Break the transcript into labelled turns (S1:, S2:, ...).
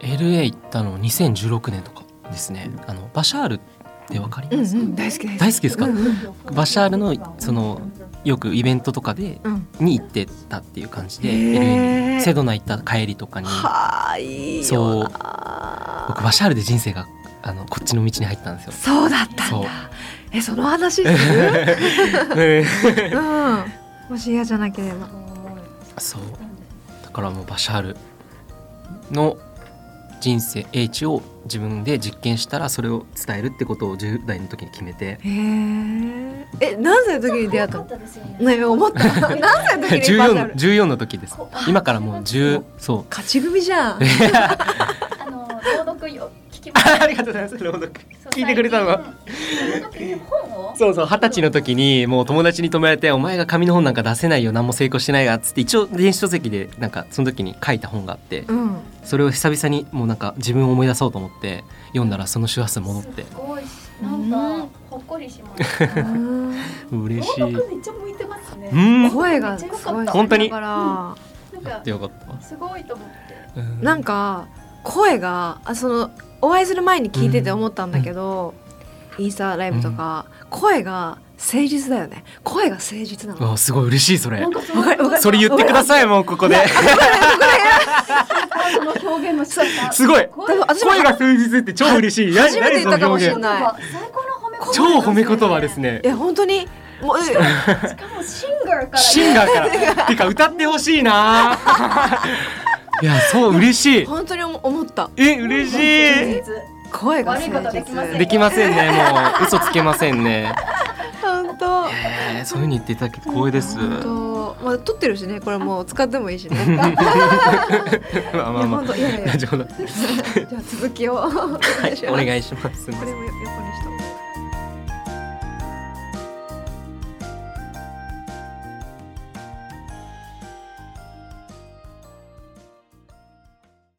S1: LA 行ったの2016年とかですねあのバシャールってわかり
S2: うんう
S1: ます、
S2: ん大好きです。
S1: 大好きですか
S2: うんうん
S1: バシャールのそのよくイベントとかで
S2: うん
S1: に行ってたっていう感じで
S2: へー
S1: LA にセドナ行った帰りとかに
S2: はあいいよな
S1: 僕バシャールで人生があのこっちの道に入ったんですよ。
S2: そうだったん
S1: そう
S2: だ。えその話 する？
S1: え
S2: うん。もし嫌じゃなければ。
S1: そうだからもうバシャールの人生英知を自分で実験したらそれを伝えるってことを10代の時に決めて
S2: へえ。え何歳の時に出会ったの？
S3: の
S2: ね 思った。何 歳の時にバシ
S1: 14
S2: ャル
S1: の。14の時です今からもう10そう
S2: 勝ち組じゃん。
S3: あの朗読を聞きました
S1: ありがとうございます朗読聞いてくれたのが
S3: そう最近うん本を
S1: そうそう二十歳の時にもう友達に止められて「お前が紙の本なんか出せないよ何も成功してないが」っつって一応電子書籍でなんかその時に書いた本があって
S2: うん。
S1: それを久々にもうなんか自分を思い出そうと思って読んだらその周波数戻って
S3: すごいなんかほっこり します
S2: うん
S1: 嬉し
S3: 朗
S1: い。
S3: 読めっちゃ向いてますね
S1: うん
S2: 声がすごい。
S1: 本当に
S2: だから。
S3: な
S1: や
S3: ん
S1: っ
S3: か
S1: てよかった
S3: すごいと思って
S1: うん。
S2: なんか声があそのお会いする前に聞いてて思ったんだけど、インスタライブとか、声が誠実だよね声が誠実な
S1: う
S2: の。
S1: わすごい嬉しいそれ
S3: なん。かそ
S2: わかるわか
S3: の
S2: る
S1: それ言ってくださいもうここで。
S3: その表現の仕方
S1: すごい
S3: こ
S2: 多分私も
S1: 声が誠実って超嬉しい。
S2: 初めて言ったかもしれ
S1: 何
S2: な
S1: 何
S2: い
S3: なんか最高の褒め言葉
S1: その表現超褒め言葉ですね
S2: い。や本当にもう
S3: しかもシンガーから
S1: シンガーから。てか歌ってほしい な。いやそう嬉しい。
S2: 本当に思思った
S1: え嬉しい。
S2: 声が
S3: 悪いことできません
S1: できませんねもう嘘つけませんね。
S2: 本当。
S1: えーそういう風に言っていただけ光栄です。ま
S2: 本当まあ撮ってるしねこれもう使ってもいいしね。
S1: あ
S2: い
S1: まあ
S2: や
S1: ま
S2: 本当いや いやいや
S1: あ。
S2: じ
S1: 冗談
S2: ゃあ続きをお願いします。
S1: お
S2: こ
S1: 願いします。すいません
S2: れも横にしとこう。